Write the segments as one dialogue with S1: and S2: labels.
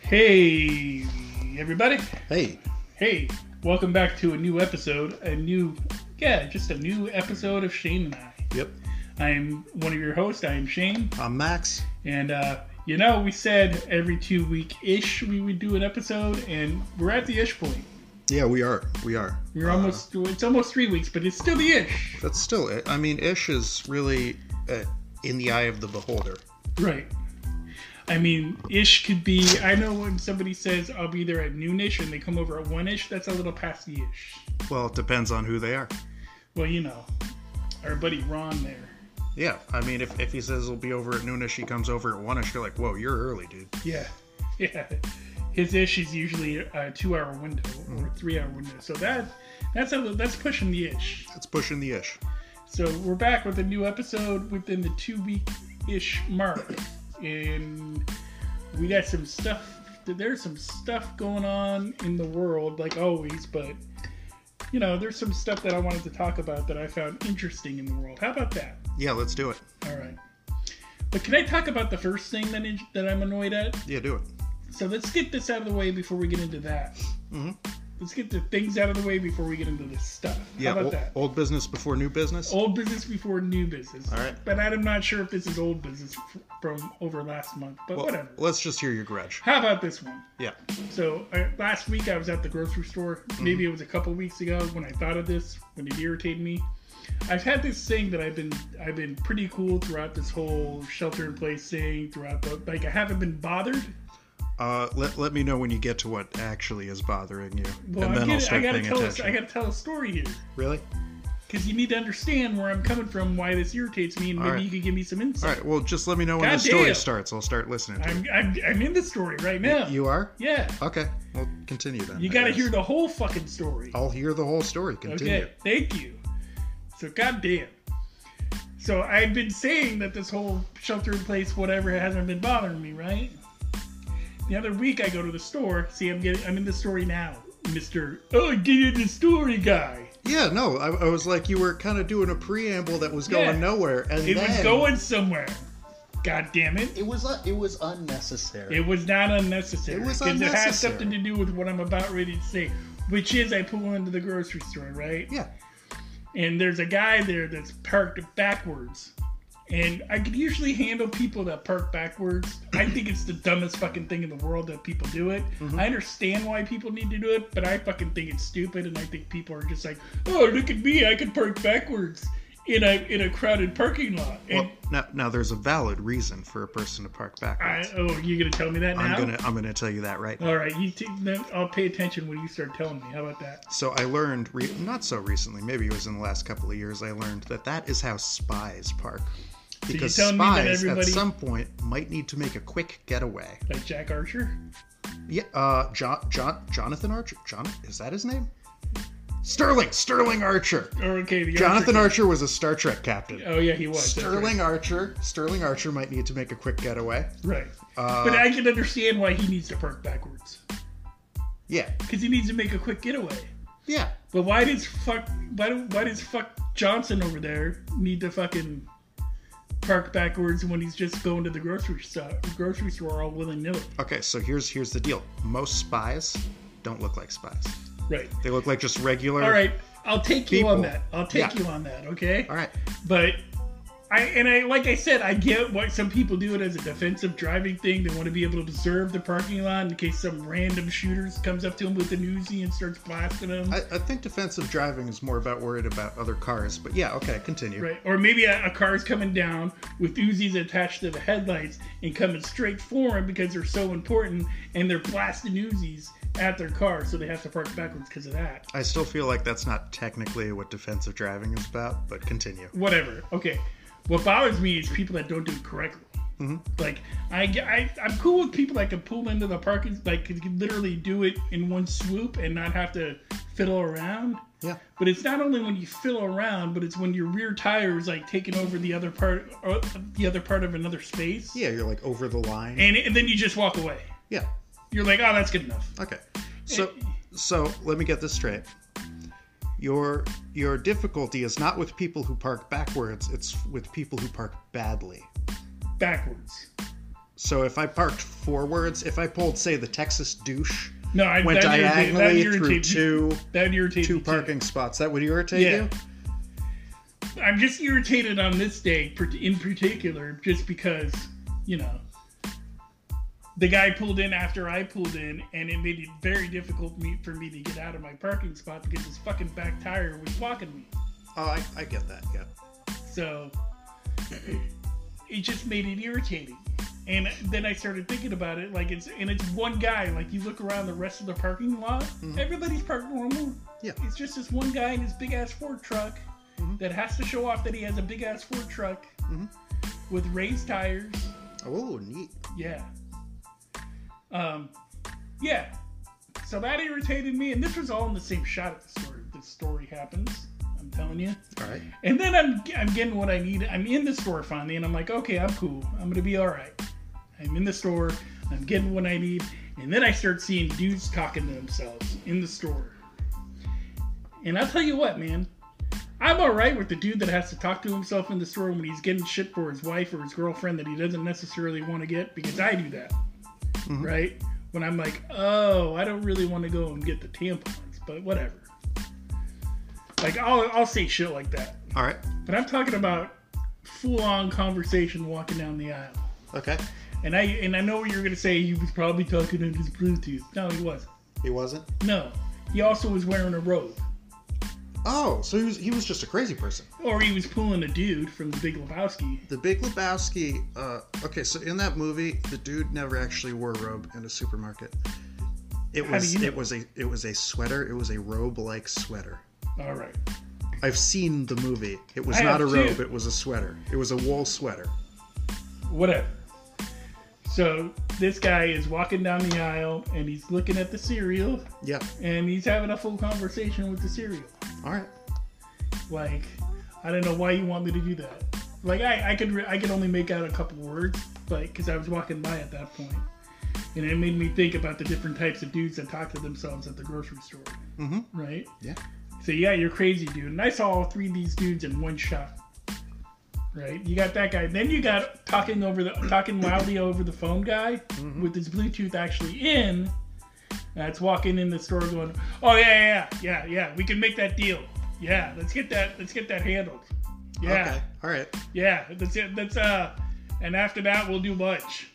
S1: Hey, everybody.
S2: Hey,
S1: Hey, welcome back to a new episode. A new, yeah, just a new episode of Shane and I.
S2: yep,
S1: I am one of your hosts. I am Shane.
S2: I'm Max.
S1: And, uh, you know, we said every two week ish we would do an episode, and we're at the ish point.
S2: Yeah, we are. We are.
S1: We're
S2: Uh,
S1: almost, it's almost three weeks, but it's still the ish.
S2: That's still it. I mean, Ish is really uh, in the eye of the beholder.
S1: Right. I mean, ish could be, I know when somebody says, I'll be there at noon ish, and they come over at one ish, that's a little past the ish.
S2: Well, it depends on who they are.
S1: Well, you know, our buddy Ron there.
S2: Yeah, I mean, if, if he says he'll be over at noonish, he comes over at oneish. You're like, whoa, you're early, dude.
S1: Yeah, yeah. His ish is usually a two-hour window or three-hour window, so that that's a, that's pushing the ish.
S2: That's pushing the Ish.
S1: So we're back with a new episode within the two-week ish mark, and we got some stuff. There's some stuff going on in the world, like always, but you know, there's some stuff that I wanted to talk about that I found interesting in the world. How about that?
S2: Yeah, let's do it.
S1: All right. But can I talk about the first thing that in- that I'm annoyed at?
S2: Yeah, do it.
S1: So let's get this out of the way before we get into that.
S2: Mhm.
S1: Let's get the things out of the way before we get into this stuff.
S2: Yeah, oh,
S1: How about
S2: ol-
S1: that?
S2: old business before new business.
S1: Old business before new business.
S2: All right.
S1: But I'm not sure if this is old business f- from over last month, but
S2: Well,
S1: whatever.
S2: Let's just hear your grudge.
S1: How about this one?
S2: Yeah.
S1: So I, last week I was at the grocery store.
S2: Mm-hmm.
S1: Maybe it was a couple weeks ago when I thought of this, when it irritated me. I've had this thing that I've been I've been pretty cool throughout this whole shelter in place thing. Throughout the like, I haven't been bothered.
S2: Uh, let, let me know when you get to what actually is bothering you,
S1: Well, I'm
S2: and then I'll
S1: getting, I
S2: start
S1: gotta
S2: paying
S1: tell us,
S2: attention.
S1: I gotta tell a story here
S2: Really?
S1: because you need to understand where I'm coming from, why this irritates me, and maybe
S2: right.
S1: you could give me some
S2: All
S1: insight.
S2: right. Well, just let me know when the
S1: God
S2: story
S1: damn.
S2: starts. I'll start listening to it.
S1: I'm, I'm I'm in the story right now.
S2: You are?
S1: yeah,
S2: Okay. Well, continue then.
S1: you
S2: I
S1: gotta
S2: guess. Oh,
S1: hear the whole fucking story.
S2: I'll hear the whole story. Continue.
S1: Okay, thank you. So goddamn. So I've been saying that this whole shelter in place, whatever, hasn't been bothering me, right? The other week I go to the store. See, I'm getting, I'm in the story now, Mister. Oh, get in the story, guy.
S2: Yeah, no, I, I was like, you were kind of doing a preamble that was
S1: Yeah.
S2: going nowhere, and
S1: It was
S2: then-
S1: going somewhere. God damn it.
S2: It was uh, it was unnecessary.
S1: It was not unnecessary.
S2: It was
S1: 'cause It has
S2: unnecessary.
S1: something to do with what I'm about ready to say, which is I pull into the grocery store, right?
S2: yeah,
S1: And there's a guy there that's parked backwards. And I could usually handle people that park backwards. I think it's the dumbest fucking thing in the world that people do it.
S2: Mm-hmm.
S1: I understand why people need to do it, but I fucking think it's stupid. And I think people are just like, "Oh, look at me! I can park backwards in a in a crowded parking lot." And
S2: well, now, now there's a valid reason for a person to park
S1: I,
S2: backwards.
S1: oh, you gonna tell me that now?
S2: I'm gonna I'm gonna tell you that right now.
S1: All right, you t- then I'll pay attention when you start telling me. How about that?
S2: So I learned re- not so recently, maybe it was in the last couple of years. I learned that that is how spies park,
S1: you're
S2: because
S1: telling me that
S2: spies at
S1: everybody-
S2: some point might need to make a quick getaway.
S1: Like Jack Archer?
S2: Yeah, uh, John, John, Jonathan Archer. John, is that his name? Sterling, Sterling Archer.
S1: Or okay, the
S2: Jonathan
S1: Archer.
S2: Archer was a Star Trek captain.
S1: Oh yeah, he was that's
S2: Sterling Archer. Sterling Archer might need to make a quick getaway.
S1: Right. Right.
S2: Uh,
S1: but I can understand why he needs to park backwards
S2: Yeah,
S1: because he needs to make a quick getaway.
S2: yeah.
S1: But why does fuck why do, why does fuck Johnson over there need to fucking park backwards when he's just going to the grocery store grocery store all willy nilly?
S2: Okay, so here's here's the deal. Most spies don't look like spies.
S1: Right.
S2: They look like just regular.
S1: All right. I'll take you on
S2: People.
S1: that. I'll take
S2: Yeah.
S1: you on that. Okay.
S2: All right.
S1: But I and I like I said, I get why some people do it as a defensive driving thing. They want to be able to observe the parking lot in case some random shooters comes up to them with an Uzi and starts blasting them.
S2: I, I think defensive driving is more about worried about other cars, but yeah, okay, continue.
S1: Right, or maybe a, a car's coming down with Uzis attached to the headlights and coming straight for them because they're so important, and they're blasting Uzis at their car, so they have to park backwards because of that.
S2: I still feel like that's not technically what defensive driving is about, but continue.
S1: whatever. Okay. What bothers me is people that don't do it correctly.
S2: Mm-hmm.
S1: Like I, get- I, I'm cool with people that can pull into the parking, like can, can literally do it in one swoop and not have to fiddle around.
S2: Yeah.
S1: But it's not only when you fiddle around, but it's when your rear tire is like taking over the other part, or the other part of another space,
S2: Yeah, you're like over the line.
S1: and, and then you just walk away.
S2: yeah.
S1: You're like, oh, that's good enough.
S2: Okay. So so let me get this straight. Your your difficulty is not with people who park backwards, it's with people who park badly.
S1: Backwards.
S2: So if I parked forwards, if I pulled, say, the Texas douche,
S1: No, I
S2: went
S1: that irritated- that
S2: diagonally through
S1: irritated me.
S2: two
S1: That irritated
S2: two
S1: me too.
S2: parking spots, that would irritate
S1: Yeah.
S2: you.
S1: I'm just irritated on this day par- in particular, just because you know the guy pulled in after I pulled in, and it made it very difficult me- for me to get out of my parking spot because his fucking back tire was blocking me.
S2: Oh, I, I get that. Yeah.
S1: So it just made it irritating. And then I started thinking about it, like it's and it's one guy. Like you look around the rest of the parking lot, everybody's parked normal.
S2: Yeah.
S1: It's just this one guy in his big ass Ford truck that has to show off that he has a big ass Ford truck with raised tires.
S2: Oh, neat.
S1: Yeah. Um, yeah. So that irritated me, and this was all in the same shot at the story. This story happens. I'm telling you.
S2: All right.
S1: And then I'm, I'm getting what I need. I'm in the store finally, and I'm like, okay, I'm cool. I'm gonna be all right. I'm in the store. I'm getting what I need. And then I start seeing dudes talking to themselves in the store. And I'll tell you what, man, I'm all right with the dude that has to talk to himself in the store when he's getting shit for his wife or his girlfriend that he doesn't necessarily want to get because I do that, right? When I'm like, oh, I don't really want to go and get the tampons, but whatever. Like I'll, I'll say shit like that.
S2: All right.
S1: But I'm talking about full on conversation walking down the aisle.
S2: Okay.
S1: And I and I know what you're gonna say he was probably talking on his Bluetooth. No, he wasn't.
S2: He wasn't.
S1: No. He also was wearing a robe.
S2: Oh, so he was, he was just a crazy person.
S1: Or he was pulling a dude from the Big Lebowski.
S2: The Big Lebowski. Uh, okay, so in that movie, the dude never actually wore a robe in a supermarket. It
S1: How
S2: was
S1: do you know?
S2: it was a it was a sweater. It was a robe like sweater.
S1: Alright.
S2: I've seen the movie. It was
S1: I
S2: not a
S1: have
S2: robe.
S1: too.
S2: It was a sweater. It was a wool sweater.
S1: Whatever. So this guy is walking down the aisle and he's looking at the cereal
S2: Yeah.
S1: and he's having a full conversation with the cereal.
S2: All right.
S1: Like, I don't know why you want me to do that. Like, I, I could re- I could only make out a couple words, but because I was walking by at that point, and it made me think about the different types of dudes that talk to themselves at the grocery store,
S2: Mhm.
S1: right?
S2: Yeah.
S1: So yeah, you're crazy, dude. And I saw all three of these dudes in one shot. Right, you got that guy. Then you got talking over the talking loudly over the phone guy
S2: Mm-hmm.
S1: with his Bluetooth actually in. That's walking in the store going, oh yeah, yeah, yeah, yeah, yeah. We can make that deal. Yeah, let's get that. Let's get that handled. Yeah,
S2: Okay. All right.
S1: yeah. That's it. That's uh. And after that, we'll do lunch.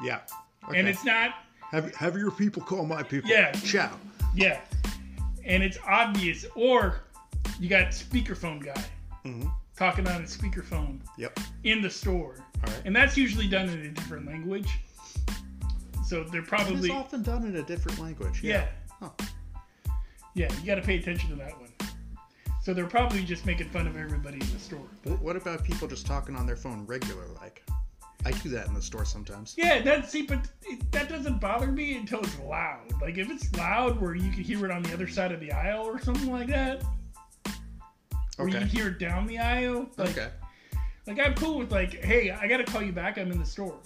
S2: Yeah. Okay.
S1: And it's not.
S2: have have your people call my people.
S1: Yeah.
S2: Ciao.
S1: Yeah. And it's obvious. Or you got speakerphone guy
S2: Mhm.
S1: talking on a speakerphone
S2: Yep.
S1: in the store,
S2: All right.
S1: and that's usually done in a different language. So they're
S2: It's
S1: probably
S2: often done in a different language.
S1: yeah.
S2: Huh.
S1: Yeah, you got to pay attention to that one. So they're probably just making fun of everybody in the store.
S2: Wh- What about people just talking on their phone regular like? I do that in the store sometimes.
S1: Yeah, that's see, but it, that doesn't bother me until it's loud. Like if it's loud where you can hear it on the other side of the aisle or something like that, or you
S2: Okay.
S1: can hear it down the aisle. Like,
S2: okay.
S1: Like I'm cool with like, hey, I gotta call you back. I'm in the store,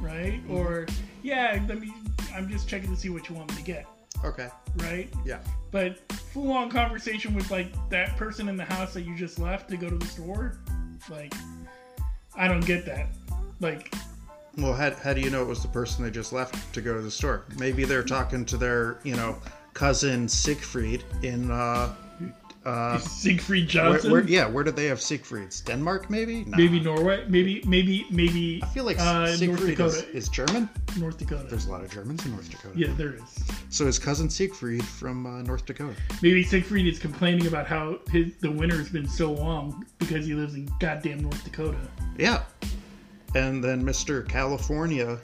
S1: right?
S2: Mm-hmm.
S1: Or yeah, let me. I'm just checking to see what you want me to get,
S2: Okay.
S1: right?
S2: Yeah.
S1: But full on conversation with like that person in the house that you just left to go to the store, like I don't get that. Like
S2: Well, how, how do you know it was the person they just left to go to the store? Maybe they're talking to their, you know, cousin Siegfried in, uh, uh,
S1: Siegfried
S2: where,
S1: Johnson,
S2: where, yeah, where did they have Siegfrieds? Denmark, maybe? Nah.
S1: maybe Norway, maybe maybe maybe
S2: I feel like
S1: uh, North
S2: Siegfried is,
S1: Dakota,
S2: is German.
S1: North Dakota.
S2: There's a lot of Germans in North Dakota.
S1: yeah, there is.
S2: So is cousin Siegfried from uh, North Dakota?
S1: Maybe Siegfried is complaining about how his, the winter has been so long because he lives in goddamn North Dakota.
S2: Yeah. And then Mr. California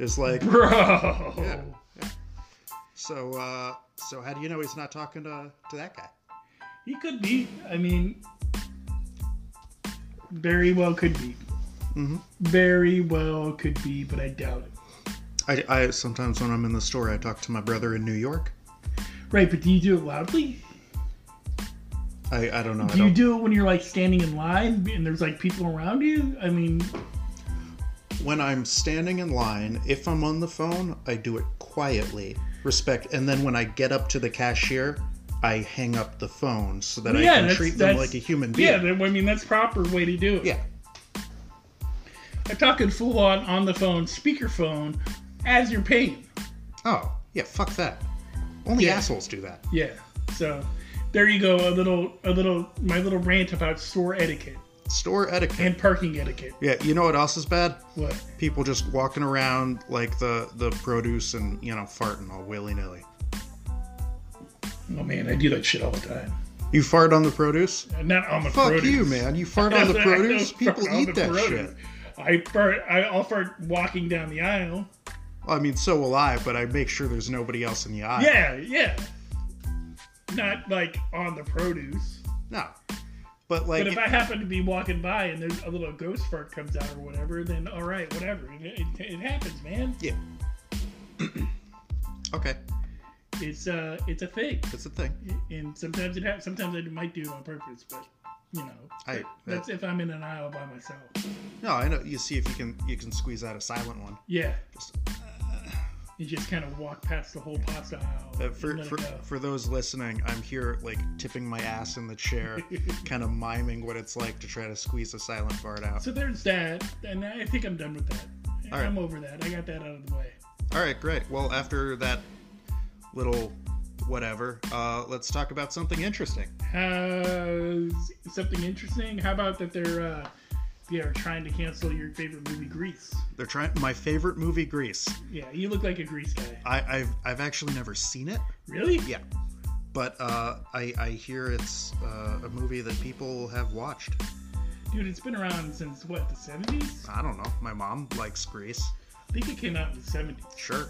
S2: is like,
S1: Bro.
S2: Yeah. so, uh, so how do you know he's not talking to, to that guy?
S1: He could be. I mean, very well could be.
S2: Mm-hmm.
S1: Very well could be, but I doubt it.
S2: I, I sometimes when I'm in the store, I talk to my brother in New York.
S1: Right, but do you do it loudly?
S2: I, I don't know. I
S1: Do you
S2: don't,
S1: do it when you're like standing in line and there's like people around you? I mean,
S2: when I'm standing in line, if I'm on the phone, I do it quietly, respect, and then when I get up to the cashier, I hang up the phone so that I
S1: yeah,
S2: can
S1: that's,
S2: treat them
S1: that's-
S2: like a human
S1: Yeah,
S2: being.
S1: that- I mean that's proper way to do it.
S2: yeah.
S1: They're talking full on on the phone, speakerphone, as you're paying.
S2: Oh, yeah, fuck that. Only
S1: Yeah.
S2: assholes do that.
S1: Yeah. So there you go. A little, a little, my little rant about store etiquette
S2: Store etiquette.
S1: and parking etiquette.
S2: yeah, you know what else is bad?
S1: What?
S2: People just walking around like the the produce and you know farting all willy nilly.
S1: Oh man, I do that shit all the time.
S2: You fart on the produce?
S1: Not on the
S2: Fuck
S1: produce.
S2: you, man! You fart on the produce. People eat that shit.
S1: I fart. I, I'll fart walking down the aisle.
S2: I mean, so will I, but I make sure there's nobody else in the aisle.
S1: Yeah, yeah. Not like on the produce.
S2: No. But
S1: But
S2: like,
S1: if I happen to be walking by and there's a little ghost fart comes out or whatever, then all right, whatever. It, it, it happens, man.
S2: yeah. okay,
S1: It's uh, it's a thing.
S2: that's the thing.
S1: And sometimes it happens. Sometimes I might do it on purpose, but you know,
S2: I-
S1: that's if I'm in an aisle by myself.
S2: No, I know. You see if you can you can squeeze out a silent one.
S1: Yeah. Uh,
S2: Just-
S1: You just kind of walk past the whole pasta aisle.
S2: Uh, for,
S1: and let it
S2: for,
S1: go.
S2: for those listening, I'm here like tipping my ass in the chair, kind of miming what it's like to try to squeeze a silent fart out.
S1: So there's that, and I think I'm done with that.
S2: All right.
S1: I'm over that. I got that out of the way.
S2: All right, great. Well, after that little whatever, uh, let's talk about something interesting.
S1: Uh, something interesting? How about that they're uh, they are trying to cancel your favorite movie, Grease?
S2: They're trying my favorite movie, Grease.
S1: Yeah, you look like a Grease guy.
S2: I, I've I've actually never seen it.
S1: Really?
S2: Yeah, but uh, I I hear it's uh, a movie that people have watched.
S1: Dude, it's been around since what the 70s?
S2: I don't know. My mom likes Grease.
S1: I think it came out in the 70s.
S2: Sure.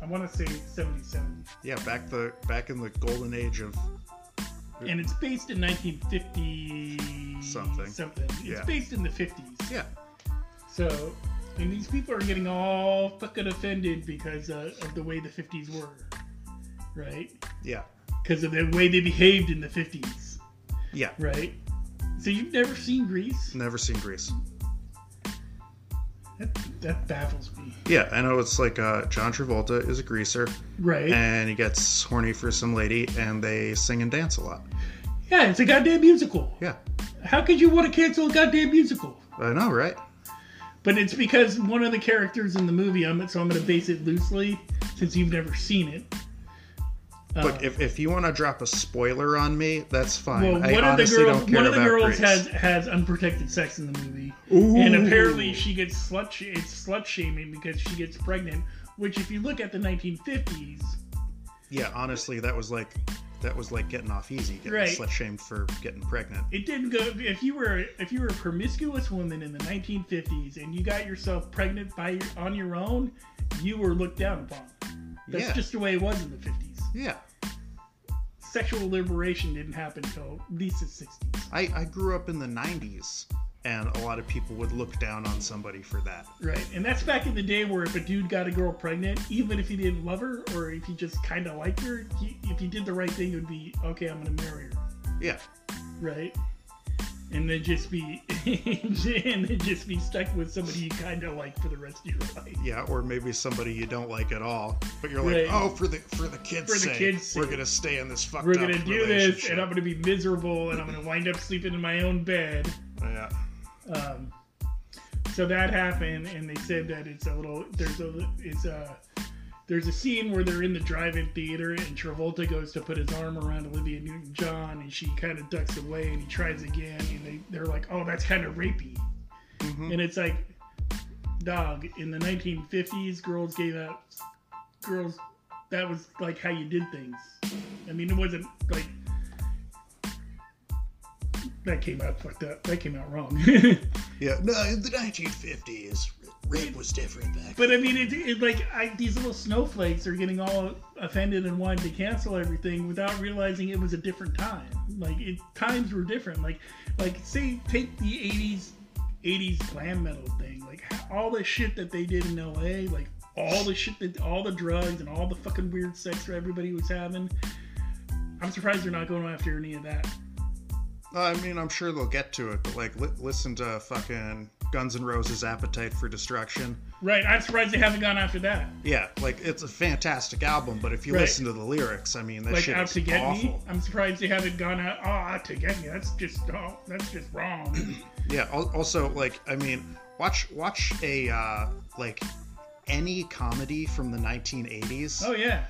S1: I want to say 77.
S2: Yeah, back the back in the golden age of
S1: And it's based in 1950
S2: Something.
S1: Something. It's
S2: Yeah.
S1: based in the 50s.
S2: yeah.
S1: So, and these people are getting all fucking offended because uh, of the way the 50s were, right?
S2: Yeah.
S1: Because of the way they behaved in the 50s,
S2: Yeah.
S1: right? So you've never seen Grease?
S2: Never seen Grease.
S1: That, that baffles me,
S2: Yeah, I know it's like uh, John Travolta is a greaser
S1: right?
S2: and he gets horny for some lady and they sing and dance a lot.
S1: yeah, it's a goddamn musical.
S2: Yeah.
S1: How could you want to cancel a goddamn musical?
S2: I know, right?
S1: But it's because one of the characters in the movie, I'm so I'm gonna base it loosely since you've never seen it. Uh-huh.
S2: Look, if, if you want to drop a spoiler on me, that's
S1: Well,
S2: fine.
S1: one
S2: I
S1: of the
S2: honestly
S1: girls,
S2: don't care
S1: one of the
S2: about
S1: girls
S2: Grease.
S1: has has unprotected sex in the movie,
S2: Ooh.
S1: and apparently she gets slut. sh- It's slut shaming because she gets pregnant. Which, if you look at the 1950s,
S2: Yeah, honestly, that was like that was like getting off easy, getting
S1: Right.
S2: slut shamed for getting pregnant.
S1: it didn't go. If you were if you were a promiscuous woman in the 1950s and you got yourself pregnant by your, on your own, you were looked down upon. That's
S2: Yeah.
S1: just the way it was in the 50s.
S2: Yeah.
S1: Sexual liberation didn't happen until at least the 60s,
S2: I, I grew up in the 90s, and a lot of people would look down on somebody for that.
S1: right? And that's back in the day where if a dude got a girl pregnant, even if he didn't love her or if he just kind of liked her, he, if he did the right thing, it would be okay. I'm gonna marry her.
S2: Yeah.
S1: right? And then just be and then just be stuck with somebody you kind of like for the rest of your life.
S2: Yeah, or maybe somebody you don't like at all, but you're
S1: Right.
S2: like, oh, for the for the kids'
S1: For the
S2: sake,
S1: kids'
S2: we're
S1: sake.
S2: gonna stay in this fucked
S1: We're
S2: up
S1: gonna do this, and I'm
S2: relationship."
S1: gonna be miserable, and I'm gonna wind up sleeping in my own bed.
S2: yeah,
S1: Um, so that happened, and they said that it's a little there's a it's a there's a scene where they're in the drive-in theater, and Travolta goes to put his arm around Olivia Newton-John, and she kind of ducks away, and he tries again, and they they're like, oh, that's kind of rapey, and it's like, dog, in the 1950s, girls gave out girls. That was like how you did things. I mean, it wasn't like that came out fucked up. That came out wrong.
S2: yeah. No, in the 1950s, rape was different back.
S1: But I mean, it, it like I, these little snowflakes are getting all offended and wanting to cancel everything without realizing it was a different time. Like it, times were different. Like, like say take the '80s, '80s glam metal thing. Like all the shit that they did in LA. Like all the shit that all the drugs and all the fucking weird sex that everybody was having. I'm surprised they're not going after any of that.
S2: I mean, I'm sure they'll get to it, but like, li- listen to fucking Guns N' Roses' "Appetite for Destruction."
S1: Right. I'm surprised they haven't gone after that.
S2: Yeah, like it's a fantastic album, but if you
S1: Right.
S2: listen to the lyrics, I mean, that
S1: like
S2: shit
S1: out
S2: is
S1: to get
S2: awful.
S1: me. I'm surprised they haven't gone out. Oh, out to get me. That's just oh, that's just wrong.
S2: Yeah. al- Also, like, I mean, Watch watch a uh, like any comedy from the 1980s
S1: Oh yeah.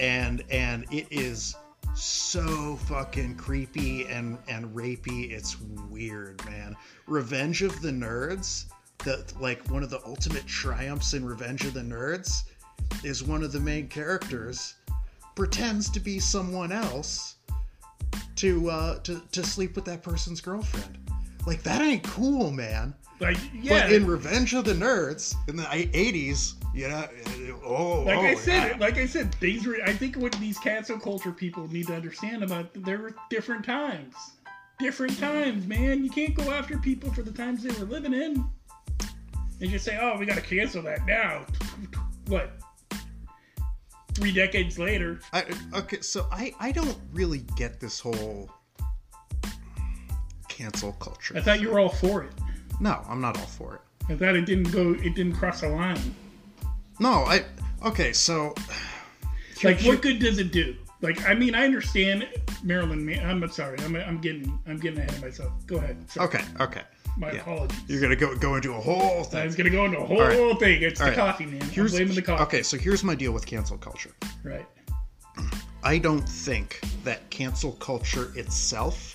S2: and and it is so fucking creepy and and rapey it's weird man revenge of the nerds that like one of the ultimate triumphs in revenge of the nerds is one of the main characters pretends to be someone else to uh to, to sleep with that person's girlfriend like that ain't cool man
S1: Like yeah.
S2: but in revenge of the nerds in the 80s you know oh
S1: like
S2: oh,
S1: I said,
S2: yeah.
S1: like I said, things were. I think what these cancel culture people need to understand about there were different times, different times, man. You can't go after people for the times they were living in, and just say, "Oh, we gotta cancel that now." What? Three decades later,
S2: I, okay, so I, I don't really get this whole cancel culture.
S1: I thought you were all for it.
S2: No, I'm not all for it.
S1: I thought it didn't go. It didn't cross a line.
S2: No, I okay, so
S1: like what good does it do like i mean i understand marilyn Ma- i'm sorry I'm, I'm getting i'm getting ahead of myself go ahead Sorry.
S2: okay, okay.
S1: my
S2: yeah.
S1: apologies
S2: You're gonna go go into a whole thing.
S1: i was gonna go into a whole
S2: right.
S1: thing it's
S2: All
S1: the
S2: right.
S1: coffee man i'm blaming the coffee
S2: Okay, so here's my deal with cancel culture.
S1: right
S2: I don't think that cancel culture itself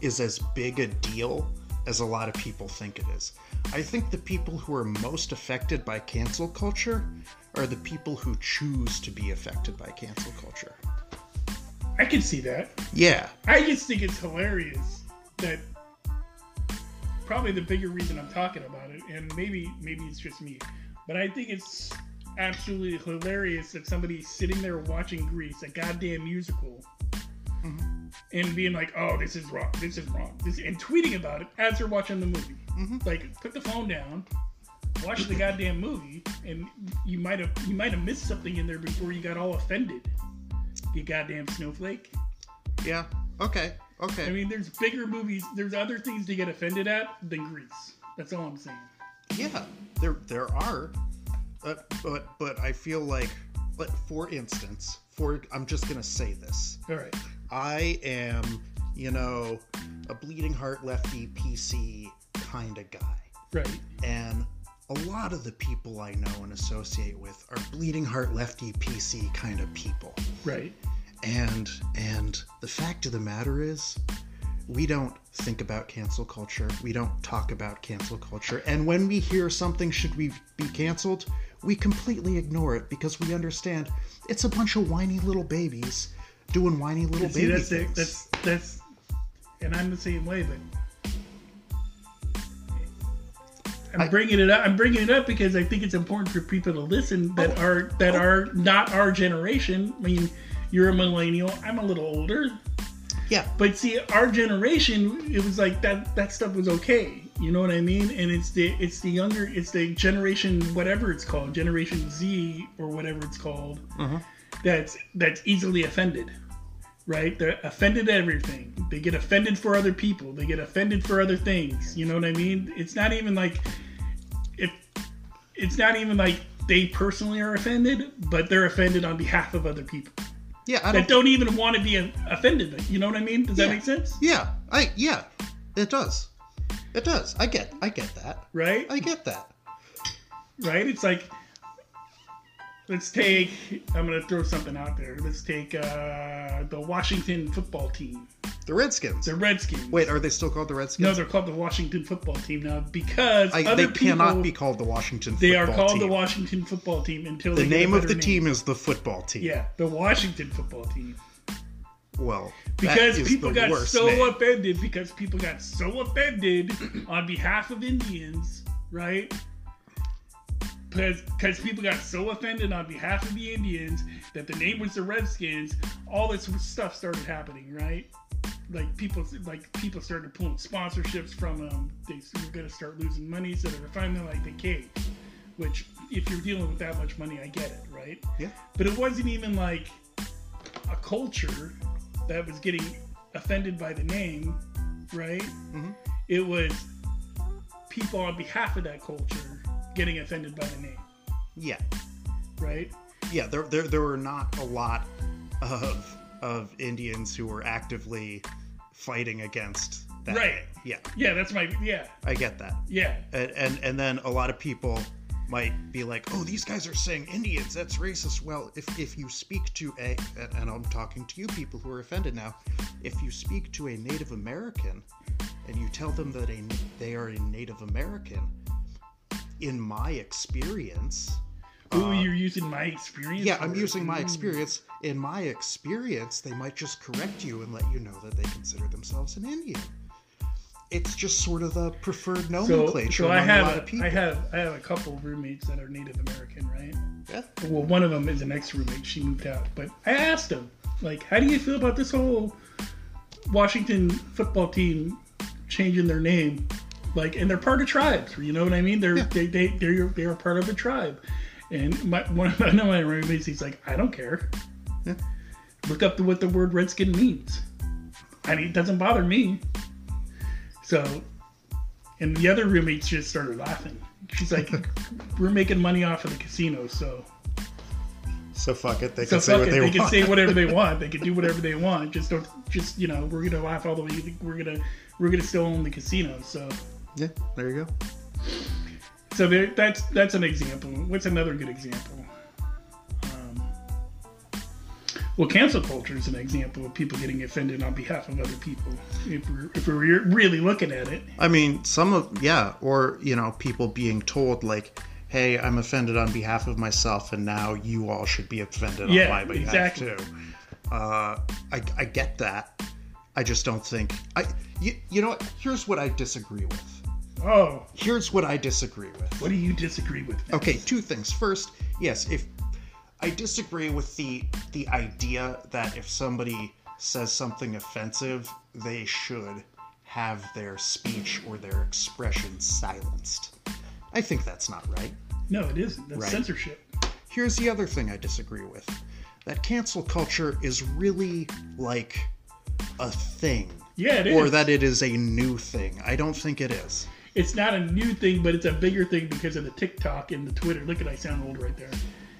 S2: is as big a deal as a lot of people think it is. I think the people who are most affected by cancel culture are the people who choose to be affected by cancel culture.
S1: i can see that
S2: Yeah,
S1: i just think it's hilarious that probably the bigger reason i'm talking about it and maybe maybe it's just me but i think it's absolutely hilarious that somebody's sitting there watching grease a goddamn musical and being like, "Oh, this is wrong. This is wrong." This and tweeting about it as they're watching the movie. Like, put the phone down, watch the goddamn movie, and you might have you might have missed something in there before you got all offended. You goddamn snowflake.
S2: yeah. Okay, okay.
S1: I mean, there's bigger movies. There's other things to get offended at than Grease. That's all I'm saying.
S2: yeah, there there are, but but but I feel like, but for instance, for I'm just gonna say this.
S1: All right.
S2: I am, you know, a bleeding heart lefty PC kind of guy.
S1: Right.
S2: And a lot of the people I know and associate with are bleeding heart lefty PC kind of people.
S1: Right.
S2: And and the fact of the matter is we don't think about cancel culture. We don't talk about cancel culture. And when we hear something should we be canceled, we completely ignore it because we understand it's a bunch of whiny little babies doing whiny little
S1: See,
S2: baby
S1: that's it.
S2: things.
S1: That's that's, and I'm the same way. But I'm
S2: I-
S1: bringing it up. I'm bringing it up because I think it's important for people to listen that
S2: Oh,
S1: are that
S2: oh.
S1: are not our generation. I mean, you're a millennial. I'm a little older.
S2: yeah.
S1: But see, our generation, it was like that. That stuff was okay. You know what I mean? And it's the it's the younger, it's the generation whatever it's called, Generation Z or whatever it's called, that's that's easily offended, right? They're offended at everything. They get offended for other people. They get offended for other things. You know what I mean? It's not even like if it's not even like they personally are offended, but they're offended on behalf of other people
S2: Yeah, I
S1: that
S2: don't
S1: don't even want to be offended. You know what I mean? Does that
S2: Yeah.
S1: make sense?
S2: Yeah, I yeah, it does. It does. I get I get that.
S1: Right?
S2: I get that.
S1: right? It's like, let's take, I'm going to throw something out there. Let's take uh, the Washington football team,
S2: The Redskins.
S1: the Redskins.
S2: Wait, are they still called the
S1: no,
S2: Redskins?
S1: they're called the Washington football team now because
S2: I,
S1: other
S2: they
S1: people,
S2: cannot be called the Washington.
S1: they are
S2: football
S1: called the
S2: team.
S1: Washington football team until
S2: The
S1: they get a
S2: name of
S1: better
S2: the team is the football team.
S1: Yeah, the Washington football team.
S2: Well,
S1: because
S2: that is
S1: people
S2: the
S1: got
S2: worst
S1: so
S2: name.
S1: offended because people got so offended on behalf of Indians, right? Because people got so offended on behalf of the Indians that the name was the Redskins, all this stuff started happening, right? Like people, like people started pulling sponsorships from them. They were gonna start losing money, so they were finally like, "They can't." Which, if you're dealing with that much money, I get it, right?
S2: Yeah.
S1: but it wasn't even like a culture that was getting offended by the name, right?
S2: Mm-hmm.
S1: It was people on behalf of that culture getting offended by the name,
S2: Yeah.
S1: right?
S2: Yeah. There, there, there were not a lot of of Indians who were actively fighting against that.
S1: right.
S2: name. Yeah,
S1: Yeah, that's my yeah,
S2: I get that.
S1: yeah.
S2: And, and and then a lot of people might be like, "Oh, these guys are saying Indians. That's racist." Well, if if you speak to a and- and I'm talking to you people who are offended now, if you speak to a Native American and you tell them that a, they are a Native American, in my experience,
S1: Ooh, you're using my experience.
S2: Uh, yeah, I'm
S1: for it.
S2: using my experience. In my experience, they might just correct you and let you know that they consider themselves an Indian. It's just sort of the preferred
S1: So,
S2: nomenclature
S1: so I
S2: among a lot of
S1: have
S2: people.
S1: I have I have a couple of roommates that are Native American, right?
S2: Yeah.
S1: Well, one of them is an ex-roommate. She moved out, but I asked them, like, how do you feel about this whole Washington football team changing their name? Like, and they're part of tribes. You know what I mean? They're they they they're they're a part of a tribe. And my one of one of my roommates, he's like, I don't care.
S2: Yeah.
S1: Look up the, what the word redskin means. I mean, it doesn't bother me. So, and the other roommates just started laughing. She's like, "We're making money off of the casino, so
S2: So fuck it. They
S1: so
S2: can say
S1: fuck
S2: what
S1: it.
S2: they,
S1: They,
S2: want.
S1: can say whatever they want. They can do whatever they want. Just don't. Just you know, we're gonna laugh all the way. We're gonna we're gonna still own the casino. So
S2: yeah, there you go.
S1: so there, that's that's an example. What's another good example? Um, well, cancel culture is an example of people getting offended on behalf of other people. If we're if we're really looking at it,
S2: I mean, some of yeah, or you know, people being told like, "Hey, I'm offended on behalf of myself, and now you all should be offended
S1: Yeah,
S2: on my behalf
S1: exactly.
S2: too." Uh, I I get that. I just don't think I. You, you know, what? here's what I disagree with.
S1: oh,
S2: Here's what I disagree with.
S1: what do you disagree with? Vince?
S2: Okay, two things. First, yes, if I disagree with the the idea that if somebody says something offensive, they should have their speech or their expression silenced. I think that's not right.
S1: No, it isn't. That's
S2: Right.
S1: censorship.
S2: Here's the other thing I disagree with. That cancel culture is really like a thing.
S1: Yeah, it is.
S2: Or that it is a new thing. I don't think it is.
S1: it's not a new thing, but it's a bigger thing because of the TikTok and the Twitter. Look at I sound old right there.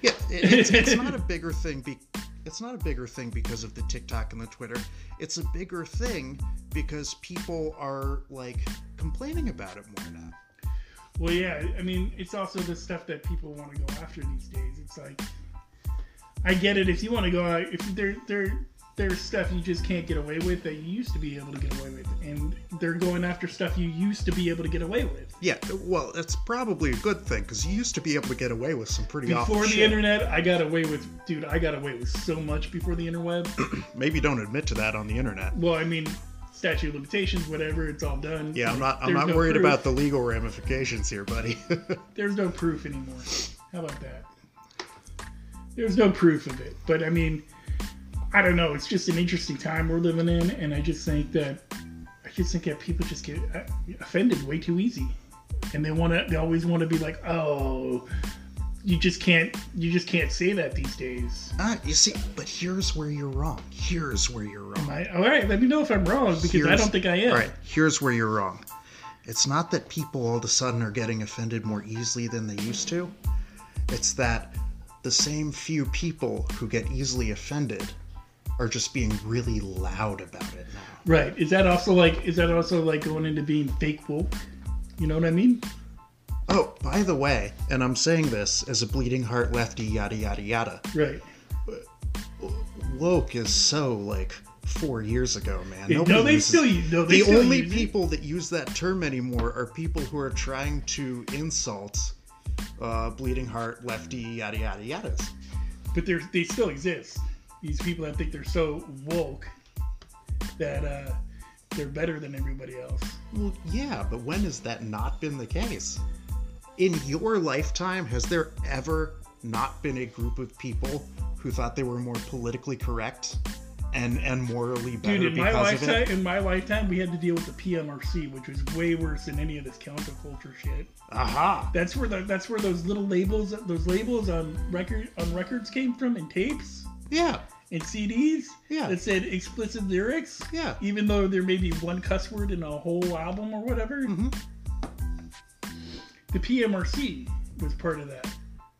S2: Yeah, it, it's, it's not a bigger thing. Be, it's not a bigger thing because of the TikTok and the Twitter. It's a bigger thing because people are like complaining about it more now.
S1: Well, yeah, I mean, it's also the stuff that people want to go after these days. It's like, I get it. If you want to go out, if there there there's stuff you just can't get away with that you used to be able to get away with, and they're going after stuff you used to be able to get away with.
S2: Yeah, well, that's probably a good thing because you used to be able to get away with some pretty awful
S1: Before the
S2: Oh, shit.
S1: internet, I got away with, dude, I got away with so much before the interweb.
S2: Maybe don't admit to that on the internet.
S1: well, I mean, statute of limitations, whatever, it's all done.
S2: Yeah, I'm not. I'm
S1: There's
S2: not
S1: no
S2: worried
S1: proof.
S2: about the legal ramifications here, buddy.
S1: there's no proof anymore. How about that? There's no proof of it. But I mean, I don't know. It's just an interesting time we're living in, and I just think that I just think that people just get uh, offended way too easy, and they want to. They always want to be like, oh, you just can't. You just can't say that these days.
S2: ah, you see, but here's where you're wrong. Here's where you're wrong.
S1: I, all right, let me know if I'm wrong because I
S2: Here's-
S1: don't think I am.
S2: All right, here's where you're wrong. It's not that people all of a sudden are getting offended more easily than they used to. It's that the same few people who get easily offended are just being really loud about it now.
S1: Right. Is that also like? Is that also like going into being fake woke? You know what I mean?
S2: Oh, by the way, and I'm saying this as a bleeding heart lefty, yada, yada, yada.
S1: Right.
S2: Woke is so like four years ago, man.
S1: no, they
S2: uses-
S1: still use. No, they
S2: The
S1: still
S2: only
S1: use it.
S2: people that use that term anymore are people who are trying to insult uh, bleeding heart, lefty, yada yada yadas.
S1: but there's they still exist. These people that think they're so woke that uh, they're better than everybody else.
S2: Well, yeah, but when has that not been the case? In your lifetime, has there ever not been a group of people who thought they were more politically correct and and morally better
S1: Dude, in my
S2: because of it?
S1: lifetime, in my lifetime, we had to deal with the PMRC, which was way worse than any of this counter culture shit.
S2: Aha!
S1: That's where the, that's where those little labels, those labels on record on records came from, and tapes
S2: Yeah,
S1: and CDs
S2: Yeah.
S1: that said explicit lyrics.
S2: yeah.
S1: Even though there may be one cuss word in a whole album or whatever,
S2: Mhm.
S1: the PMRC was part of that.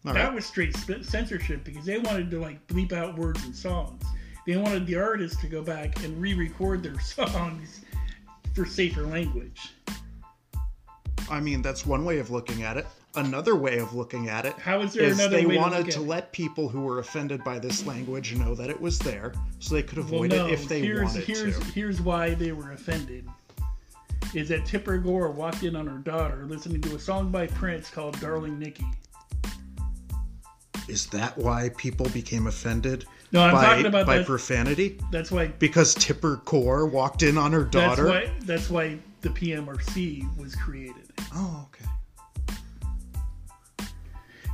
S2: All
S1: that
S2: right.
S1: was straight sp- censorship because they wanted to like bleep out words in songs. They wanted the artists to go back and re-record their songs for safer language.
S2: I mean, that's one way of looking at it. Another way of looking at it
S1: How is there
S2: is
S1: another
S2: they
S1: way
S2: wanted
S1: to,
S2: to
S1: look at
S2: let people who were offended by this language know that it was there, so they could
S1: it? well,
S2: avoid
S1: no,
S2: it if they
S1: here's,
S2: wanted
S1: here's,
S2: to.
S1: Here's why they were offended. Is that Tipper Gore walked in on her daughter listening to a song by Prince called "Darling Nikki."
S2: Is that why people became offended
S1: No, I'm
S2: by,
S1: talking about
S2: by
S1: that-
S2: profanity?
S1: That's why.
S2: Because Tipper Gore walked in on her daughter?
S1: That's why. That's why the PMRC was created.
S2: Oh, okay.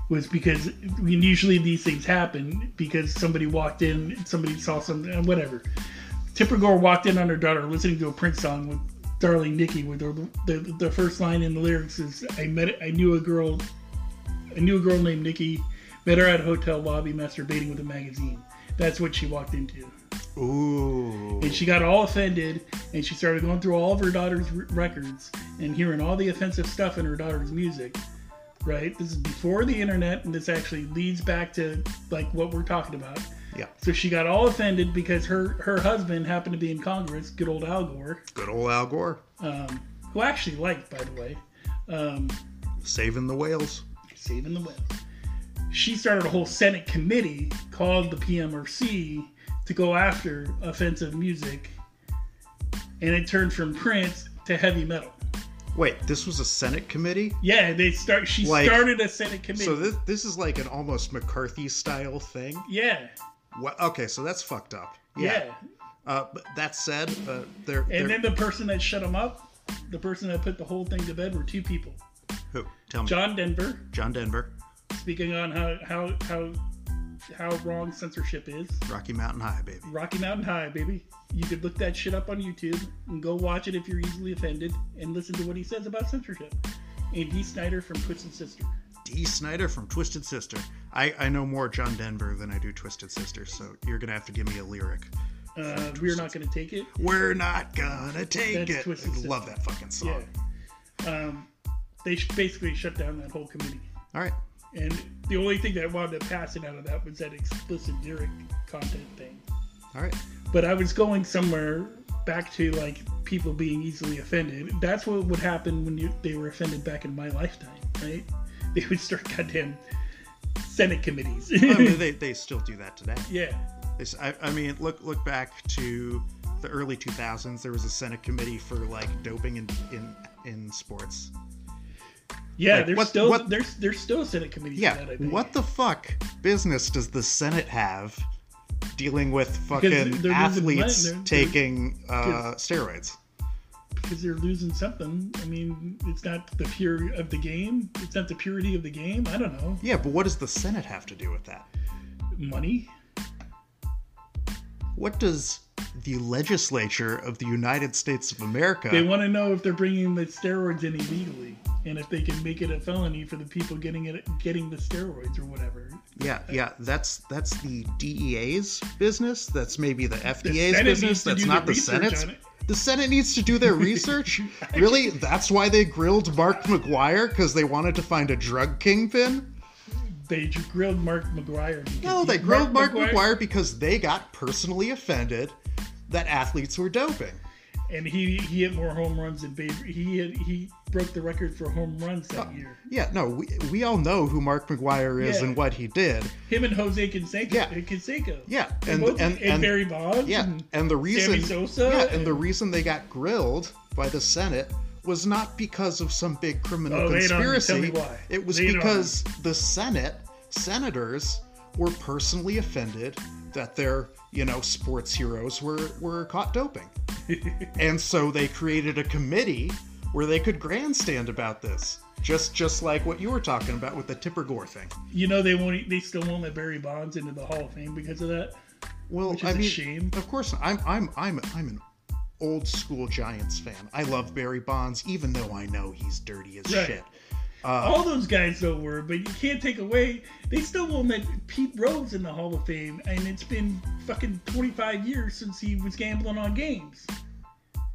S1: was because when usually these things happen because somebody walked in, somebody saw something, uh, whatever. Tipper Gore walked in on her daughter listening to a Prince song with "Darling Nikki," with her, the the first line in the lyrics is "I met, I knew a girl, I knew a girl named Nikki, met her at a hotel lobby masturbating with a magazine." That's what she walked into,
S2: Ooh.
S1: and she got all offended, and she started going through all of her daughter's r- records and hearing all the offensive stuff in her daughter's music right? This is before the internet, and this actually leads back to like what we're talking about.
S2: Yeah.
S1: So she got all offended because her her husband happened to be in Congress, good old Al Gore,
S2: Good old Al Gore.
S1: um, who I actually liked, by the way, um,
S2: Saving the whales.
S1: saving the whales. She started a whole Senate committee called the PMRC to go after offensive music, and it turned from Prince to heavy metal.
S2: Wait, this was a Senate committee?
S1: Yeah, they start. She
S2: Like-
S1: started a Senate committee.
S2: So this, this is like an almost McCarthy style thing.
S1: yeah,
S2: What? Okay, so that's fucked up.
S1: yeah.
S2: Yeah. Uh, but that said, uh, they're,
S1: And
S2: they're-
S1: then the person that shut him up, the person that put the whole thing to bed were two people.
S2: who? Tell me,
S1: John
S2: John,
S1: Denver,
S2: Denver,
S1: speaking on how how how how wrong censorship is.
S2: Rocky Mountain High, baby.
S1: Rocky Mountain High, baby. You could look that shit up on YouTube and go watch it if you're easily offended and listen to what he says about censorship. And D. Snyder from Twisted Sister.
S2: D. Snyder from Twisted Sister. I, I know more John Denver than I do Twisted Sister, so you're gonna have to give me a lyric.
S1: Uh, we're not going to take it.
S2: We're not gonna take
S1: That's
S2: it.
S1: Twisted
S2: I love
S1: Sister.
S2: that fucking song.
S1: Yeah. Um, they sh- basically shut down that whole committee.
S2: All right.
S1: And the only thing that wound up passing out of that was that explicit lyric content thing.
S2: All right.
S1: but I was going somewhere back to like people being easily offended. That's what would happen when you, they were offended back in my lifetime, right? They would start goddamn Senate committees.
S2: I mean, they, they still do that today.
S1: yeah,
S2: This, I, I mean, look look back to the early 2000s. There was a Senate committee for like doping in in, in sports.
S1: yeah.
S2: Like,
S1: there's
S2: what-
S1: still
S2: what-
S1: there's there's still a Senate committee. for
S2: Yeah.
S1: that, I think.
S2: What the fuck business does the Senate have dealing with
S1: they're
S2: fucking
S1: losing money,
S2: athletes
S1: they're- they're-
S2: taking uh, steroids?
S1: Because they're losing something. I mean, it's not the pure of the game. It's not the purity of the game. I don't know.
S2: Yeah, but what does the Senate have to do with that?
S1: Money.
S2: What does the legislature of the United States of America?
S1: They want to know if they're bringing the steroids in illegally, and if they can make it a felony for the people getting it getting the steroids or whatever.
S2: yeah, yeah, that's that's the DEA's business. That's maybe the
S1: The
S2: FDA's
S1: Senate needs
S2: business.
S1: to
S2: That's
S1: do
S2: not the,
S1: research
S2: Senate's.
S1: on it.
S2: The Senate needs to do their research. really? That's why they grilled Mark McGuire because they wanted to find a drug kingpin?
S1: They j- grilled Mark McGuire. because
S2: No,
S1: he-
S2: they grilled Mark, McGuire because they got personally offended that athletes were doping.
S1: and he he hit more home runs than Babe. He hit, he broke the record for home runs
S2: Uh,
S1: that year.
S2: Yeah, no, we, we all know who Mark McGuire is
S1: Yeah.
S2: and what he did.
S1: Him and Jose Canseco.
S2: Yeah.
S1: and Canseco.
S2: Yeah,
S1: and
S2: and
S1: both,
S2: and,
S1: and, Barry Bonds.
S2: yeah,
S1: and
S2: and the reason
S1: Mm-hmm. Sosa
S2: yeah,
S1: and-
S2: and the reason they got grilled by the Senate was not because of some big criminal
S1: Oh, later on, tell
S2: conspiracy.
S1: me why.
S2: It was
S1: Later on.
S2: because the Senate senators were personally offended that their you know sports heroes were were caught doping, and so they created a committee where they could grandstand about this. Just, just like what you were talking about with the Tipper Gore thing.
S1: you know they won't. They still won't let Barry Bonds into the Hall of Fame because of that.
S2: Well,
S1: Which is
S2: I
S1: a
S2: mean,
S1: shame.
S2: Of course, not. I'm I'm I'm I'm an old school Giants fan. I love Barry Bonds, even though I know he's dirty as
S1: Right.
S2: shit.
S1: All those guys though were, but you can't take away. They still won't let Pete Rose in the Hall of Fame, and it's been fucking 25 years since he was gambling on games.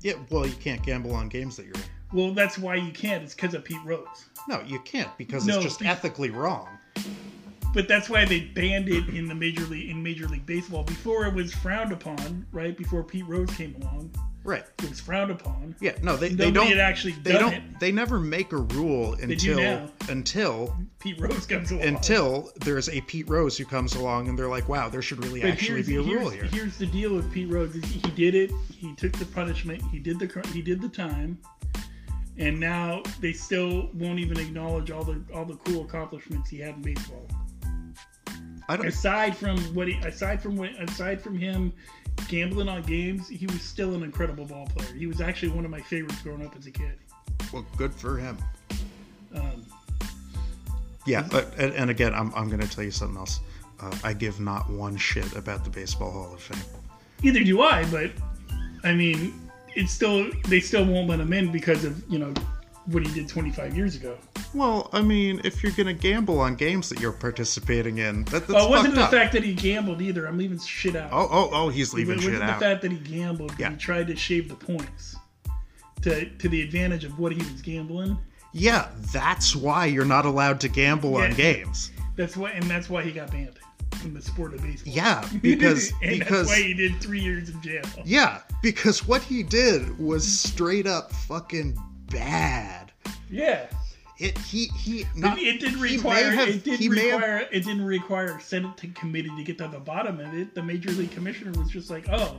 S2: Yeah, well, you can't gamble on games that you're in.
S1: Well, that's why you can't. It's because of Pete Rose.
S2: No, you can't because
S1: No,
S2: it's just
S1: be-
S2: ethically wrong.
S1: but that's why they banned it in the major league in Major League Baseball before it was frowned upon, right? Before Pete Rose came along,
S2: Right.
S1: It was frowned upon.
S2: Yeah. No, they,
S1: Nobody
S2: they don't.
S1: had actually
S2: they
S1: done
S2: don't.
S1: it.
S2: They never make a rule
S1: do
S2: until
S1: now.
S2: until
S1: Pete Rose comes along.
S2: until there's a Pete Rose who comes along and they're like, wow, there should really
S1: But
S2: actually
S1: here's-
S2: be a rule
S1: here's-
S2: here.
S1: Here's the deal with Pete Rose: is he did it. He took the punishment. He did the cr- he did the time, and now they still won't even acknowledge all the all the cool accomplishments he had in baseball.
S2: I don't.
S1: Aside from what he, aside from what, aside from him gambling on games, he was still an incredible ball player. He was actually one of my favorites growing up as a kid.
S2: Well, good for him.
S1: Um,
S2: Yeah, but, and, and again, I'm, I'm going to tell you something else. Uh, I give not one shit about the Baseball Hall of Fame.
S1: either do I, but I mean, it's still they still won't let him in because of you know what he did 25 years ago.
S2: Well, I mean, if you're going to gamble on games that you're participating in, that, that's
S1: Well, it wasn't
S2: fucked
S1: the
S2: up.
S1: fact that he gambled either. I'm leaving shit out.
S2: oh, oh, oh, he's
S1: it
S2: leaving
S1: wasn't
S2: shit
S1: the
S2: out.
S1: fact that he gambled. but
S2: Yeah.
S1: He tried to shave the points to to the advantage of what he was gambling.
S2: Yeah, that's why you're not allowed to gamble on
S1: Yeah.
S2: games.
S1: That's why, and that's why he got banned from the sport of baseball.
S2: Yeah, because
S1: and
S2: because
S1: that's why he did three years in jail.
S2: yeah, because what he did was straight up fucking bad.
S1: Yeah,
S2: It he he not
S1: it, it did
S2: he may
S1: require
S2: have-
S1: it did
S2: he may have-
S1: require it didn't require a Senate to committee to get to the bottom of it. The major league commissioner was just like, "Oh,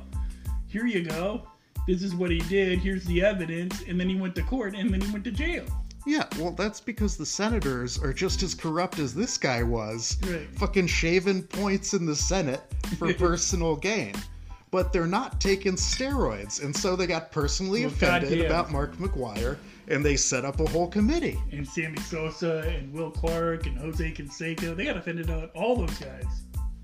S1: here you go. This is what he did. Here's the evidence." And then he went to court, and then he went to jail.
S2: Yeah, well, that's because the senators are just as corrupt as this guy was.
S1: Right.
S2: Fucking shaving points in the Senate for personal gain. But they're not taking steroids, and so they got personally
S1: Well,
S2: offended
S1: goddamn.
S2: about Mark McGuire, and they set up a whole committee.
S1: and Sammy Sosa and Will Clark and Jose Canseco. They got offended on all those guys.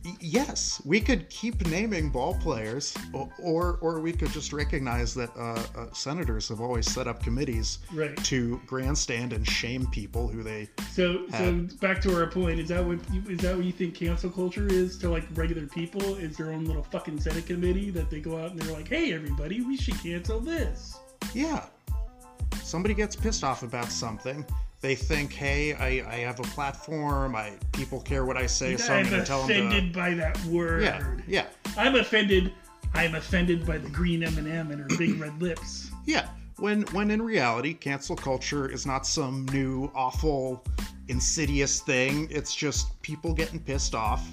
S2: Y- yes, we could keep naming ball players, o- or or we could just recognize that uh, uh, senators have always set up committees
S1: Right.
S2: to grandstand and shame people who they
S1: So, so back to our point. Is that what you, is that what you think cancel culture is to like regular people? Is their own little fucking Senate committee that they go out and they're like, "Hey, everybody, we should cancel this."
S2: Yeah. Somebody gets pissed off about something. They think, hey, I, I have a platform. I people care what I say, so I'm
S1: I'm
S2: going to tell them
S1: offended
S2: to.
S1: by that word.
S2: Yeah, yeah,
S1: I'm offended. I'm offended by the green M and m and her big red lips.
S2: yeah. When when in reality, cancel culture is not some new awful, insidious thing. It's just people getting pissed off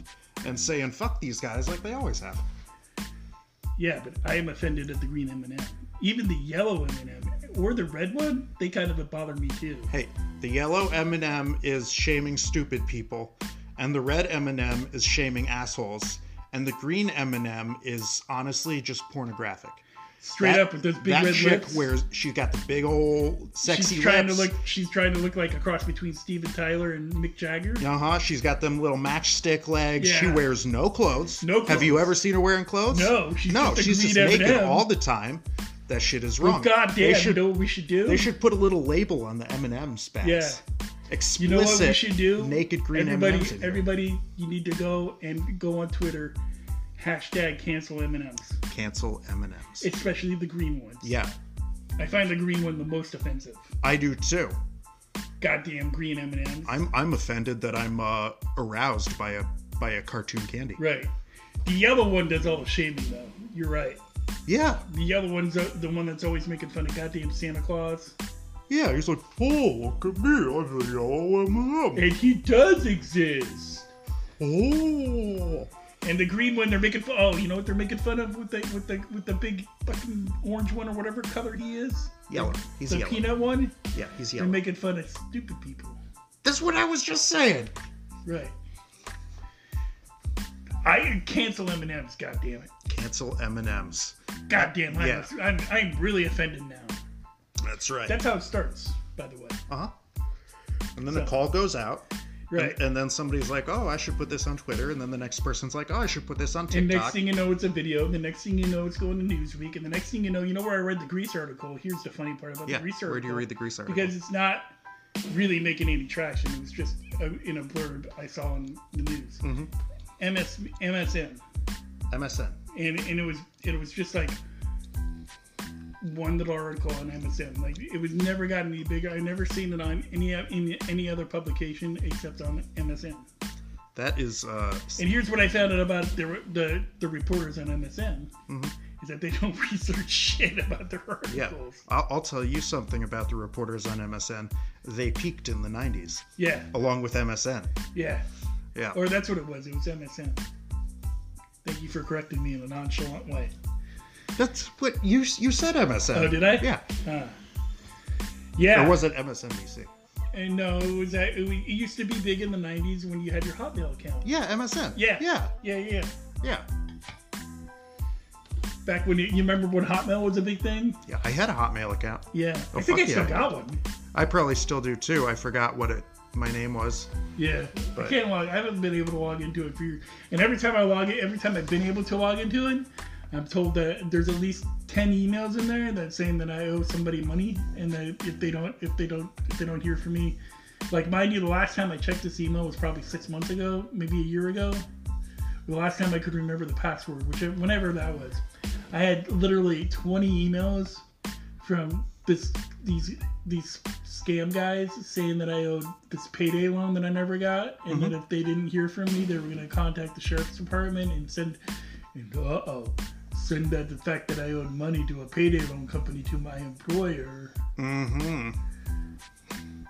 S2: and saying fuck these guys like they always have.
S1: Yeah, but I am offended at the green M and M. Even the yellow M and M or the red one, they kind of bother me too.
S2: Hey, the yellow M&M is shaming stupid people, and the red M&M is shaming assholes, and the green M&M is honestly just pornographic.
S1: straight
S2: That-
S1: up with those big
S2: that
S1: red
S2: chick
S1: lips.
S2: wears. She's got the big old sexy
S1: she's trying
S2: lips.
S1: to look. She's trying to look like a cross between Steven Tyler and Mick Jagger.
S2: Uh huh. She's got them little matchstick legs. She
S1: Yeah.
S2: wears no clothes.
S1: No
S2: Have you
S1: clothes.
S2: ever seen her wearing clothes?
S1: No, she's
S2: no.
S1: just a
S2: she's just
S1: green
S2: naked
S1: M&M.
S2: all the time. That shit is
S1: Oh,
S2: wrong.
S1: God
S2: They
S1: damn!
S2: should.
S1: you know what we should do?
S2: They should put a little label on the M and M's bags.
S1: Yeah.
S2: Explicit.
S1: you know what we should do?
S2: Naked green M
S1: Everybody,
S2: and M's.
S1: everybody, you need to go and go on Twitter, hashtag cancel M and M's,
S2: Cancel M and M's.
S1: especially the green ones.
S2: Yeah,
S1: I find the green one the most offensive.
S2: I do too.
S1: Goddamn green M and M's.
S2: I'm I'm offended that I'm uh, aroused by a by a cartoon candy.
S1: Right. The yellow one does all the shaming though. You're right.
S2: Yeah.
S1: The yellow one's the the one that's always making fun of goddamn Santa Claus.
S2: Yeah, he's like, oh, look at me, I'm the yellow M&M.
S1: And he does exist.
S2: Oh,
S1: And the green one, they're making fun. Oh, you know what they're making fun of with the with the with the big fucking orange one or whatever color he is.
S2: yellow. He's
S1: the
S2: yellow.
S1: peanut one.
S2: Yeah, he's
S1: They're
S2: yellow.
S1: making fun of stupid people.
S2: That's what I was just saying.
S1: Right. I cancel M and M's. God damn it.
S2: Cancel M and M's.
S1: God damn. I'm,
S2: Yeah.
S1: I'm I'm really offended now.
S2: That's right. Uh
S1: That's how it starts. By the way.
S2: huh. Uh-huh. And then the
S1: So-
S2: call goes out,
S1: Right.
S2: and, uh, and then somebody's like, "Oh, I should put this on Twitter," and then the next person's like, "Oh, I should put this on
S1: and
S2: TikTok."
S1: next thing you know, it's a video. The next thing you know, it's going to Newsweek. And the next thing you know, you know where I read the Grease article. Here's the funny part about
S2: yeah,
S1: the Grease article.
S2: where do you read the Grease article?
S1: because it's not really making any traction. It was just uh in a blurb I saw in the news.
S2: Mhm.
S1: MS MSN,
S2: MSN.
S1: and and it was it was just like one little article on MSN. Like it was never got any bigger. I never seen it on any any any other publication except on MSN.
S2: That is. Uh, s-
S1: And here's what I found out about the the, the reporters on MSN.
S2: Mhm.
S1: is that they don't research shit about their articles.
S2: I'll, I'll tell you something about the reporters on MSN. They peaked in the 90s,
S1: Yeah,
S2: along with MSN.
S1: yeah.
S2: Yeah.
S1: Or that's what it was. It was MSN. Thank you for correcting me in a nonchalant way.
S2: That's what you you said MSN.
S1: Oh, did I?
S2: Yeah.
S1: Huh. Yeah.
S2: Or was it MSNBC?
S1: And no, it was that it, was- it used to be big in the '90s when you had your Hotmail account.
S2: Yeah, MSN.
S1: Yeah.
S2: Yeah.
S1: Yeah, yeah.
S2: Yeah.
S1: Back when you, you remember when Hotmail was a big thing.
S2: Yeah. I had a Hotmail account.
S1: Yeah,
S2: Oh,
S1: I think
S2: fuck
S1: I still
S2: yeah.
S1: got one.
S2: I probably still do too. I forgot what it my name was.
S1: Yeah, I
S2: But-
S1: can't log. I haven't been able to log into it for years. And every time I log it, every time I've been able to log into it, I'm told that there's at least ten emails in there that saying that I owe somebody money, and that if they don't, if they don't, if they don't hear from me, like mind you, the last time I checked this email was probably six months ago, maybe a year ago. The last time I could remember the password, which whenever that was, I had literally 20 emails from this these these scam guys saying that I owed this payday loan that I never got, and
S2: Mm-hmm.
S1: that if they didn't hear from me, they were going to contact the sheriff's department and send and uh oh, send that the fact that I owed money to a payday loan company to my employer.
S2: Mm-hmm.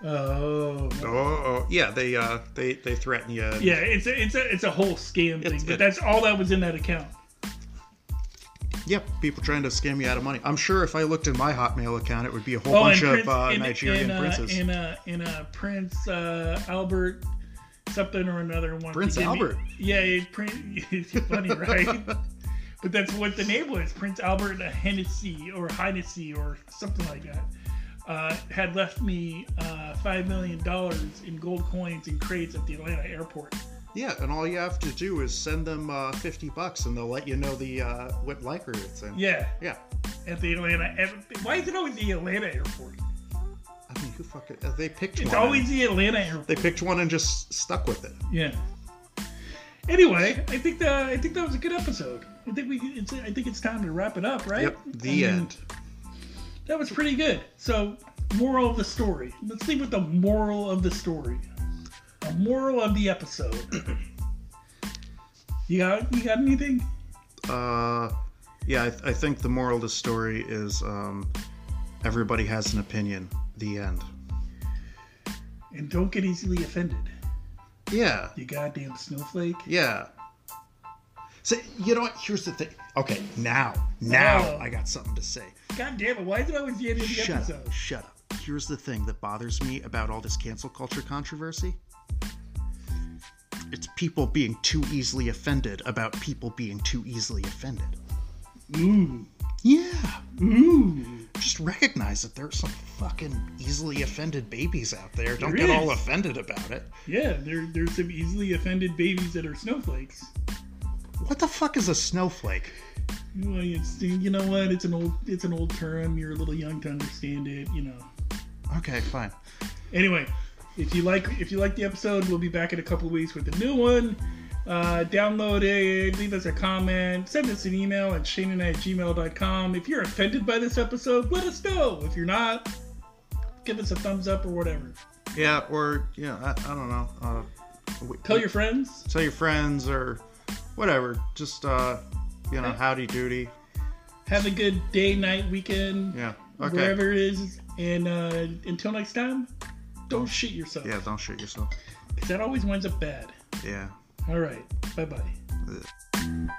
S1: Oh.
S2: Oh, oh, yeah. They uh they they threaten you.
S1: Yeah, it's a, it's a it's a whole scam thing,
S2: It's-
S1: but
S2: it-
S1: that's all that was in that account.
S2: Yeah, people trying to scam you out of money. I'm sure if I looked in my Hotmail account, it would be a whole
S1: Oh, and
S2: bunch
S1: Prince,
S2: of uh,
S1: and,
S2: Nigerian
S1: and, uh,
S2: princes.
S1: and, uh, and, uh, Prince uh, Albert something or another one.
S2: Prince Albert?
S1: yeah, it, Prince. It's funny, right? but that's what the name was. Prince Albert Hennessy or Hennessy or something like that. Uh, had left me uh, five million dollars in gold coins and crates at the Atlanta airport.
S2: yeah, and all you have to do is send them uh, 50 bucks, and they'll let you know the uh, what liquor it's in.
S1: Yeah,
S2: Yeah.
S1: at the Atlanta. air- Why is it always the Atlanta airport?
S2: I mean, who fucking uh, they picked
S1: It's
S2: one. and-
S1: always the Atlanta airport.
S2: they picked one and just stuck with it.
S1: Yeah. Anyway, I think that I think that was a good episode. I think we it's, I think it's time to wrap it up, right?
S2: Yep.
S1: I
S2: The
S1: mean,
S2: end.
S1: That was pretty good. So, moral of the story. Let's leave with the moral of the story. A moral of the episode. you got you got anything?
S2: Uh, yeah, I, I think the moral of the story is um, everybody has an opinion. The end.
S1: And don't get easily offended.
S2: Yeah.
S1: You goddamn snowflake.
S2: Yeah. So you know what? Here's the thing. Okay, now, now
S1: Oh.
S2: I got something to say.
S1: God damn it! Why is it always the end of the
S2: Shut
S1: episode?
S2: up. Shut up. Here's the thing that bothers me about all this cancel culture controversy. It's people being too easily offended about people being too easily offended.
S1: Ooh,
S2: Yeah.
S1: ooh.
S2: Just recognize that there's some fucking easily offended babies out there. Don't
S1: There
S2: get all
S1: is.
S2: offended about it.
S1: Yeah, there there's some easily offended babies that are snowflakes.
S2: What the fuck is a snowflake?
S1: Well, it's, you know what? It's an old it's an old term. You're a little young to understand it. You know.
S2: Okay, fine.
S1: Anyway, if you like if you like the episode, we'll be back in a couple of weeks with a new one. Uh, download it, leave us a comment, send us an email at shaneandI at gmail.com. If you're offended by this episode, let us know. If you're not, give us a thumbs up or whatever.
S2: Yeah, or yeah, I, I don't know. Uh, w-
S1: Tell your friends.
S2: tell your friends or whatever. Just uh, you know, howdy doody.
S1: Have a good day, night, weekend,
S2: Yeah. Okay.
S1: wherever it is. And uh, until next time, don't shit yourself.
S2: Yeah, don't shoot yourself.
S1: 'Cause that always winds up bad.
S2: Yeah.
S1: All right. Bye bye.
S2: Ugh.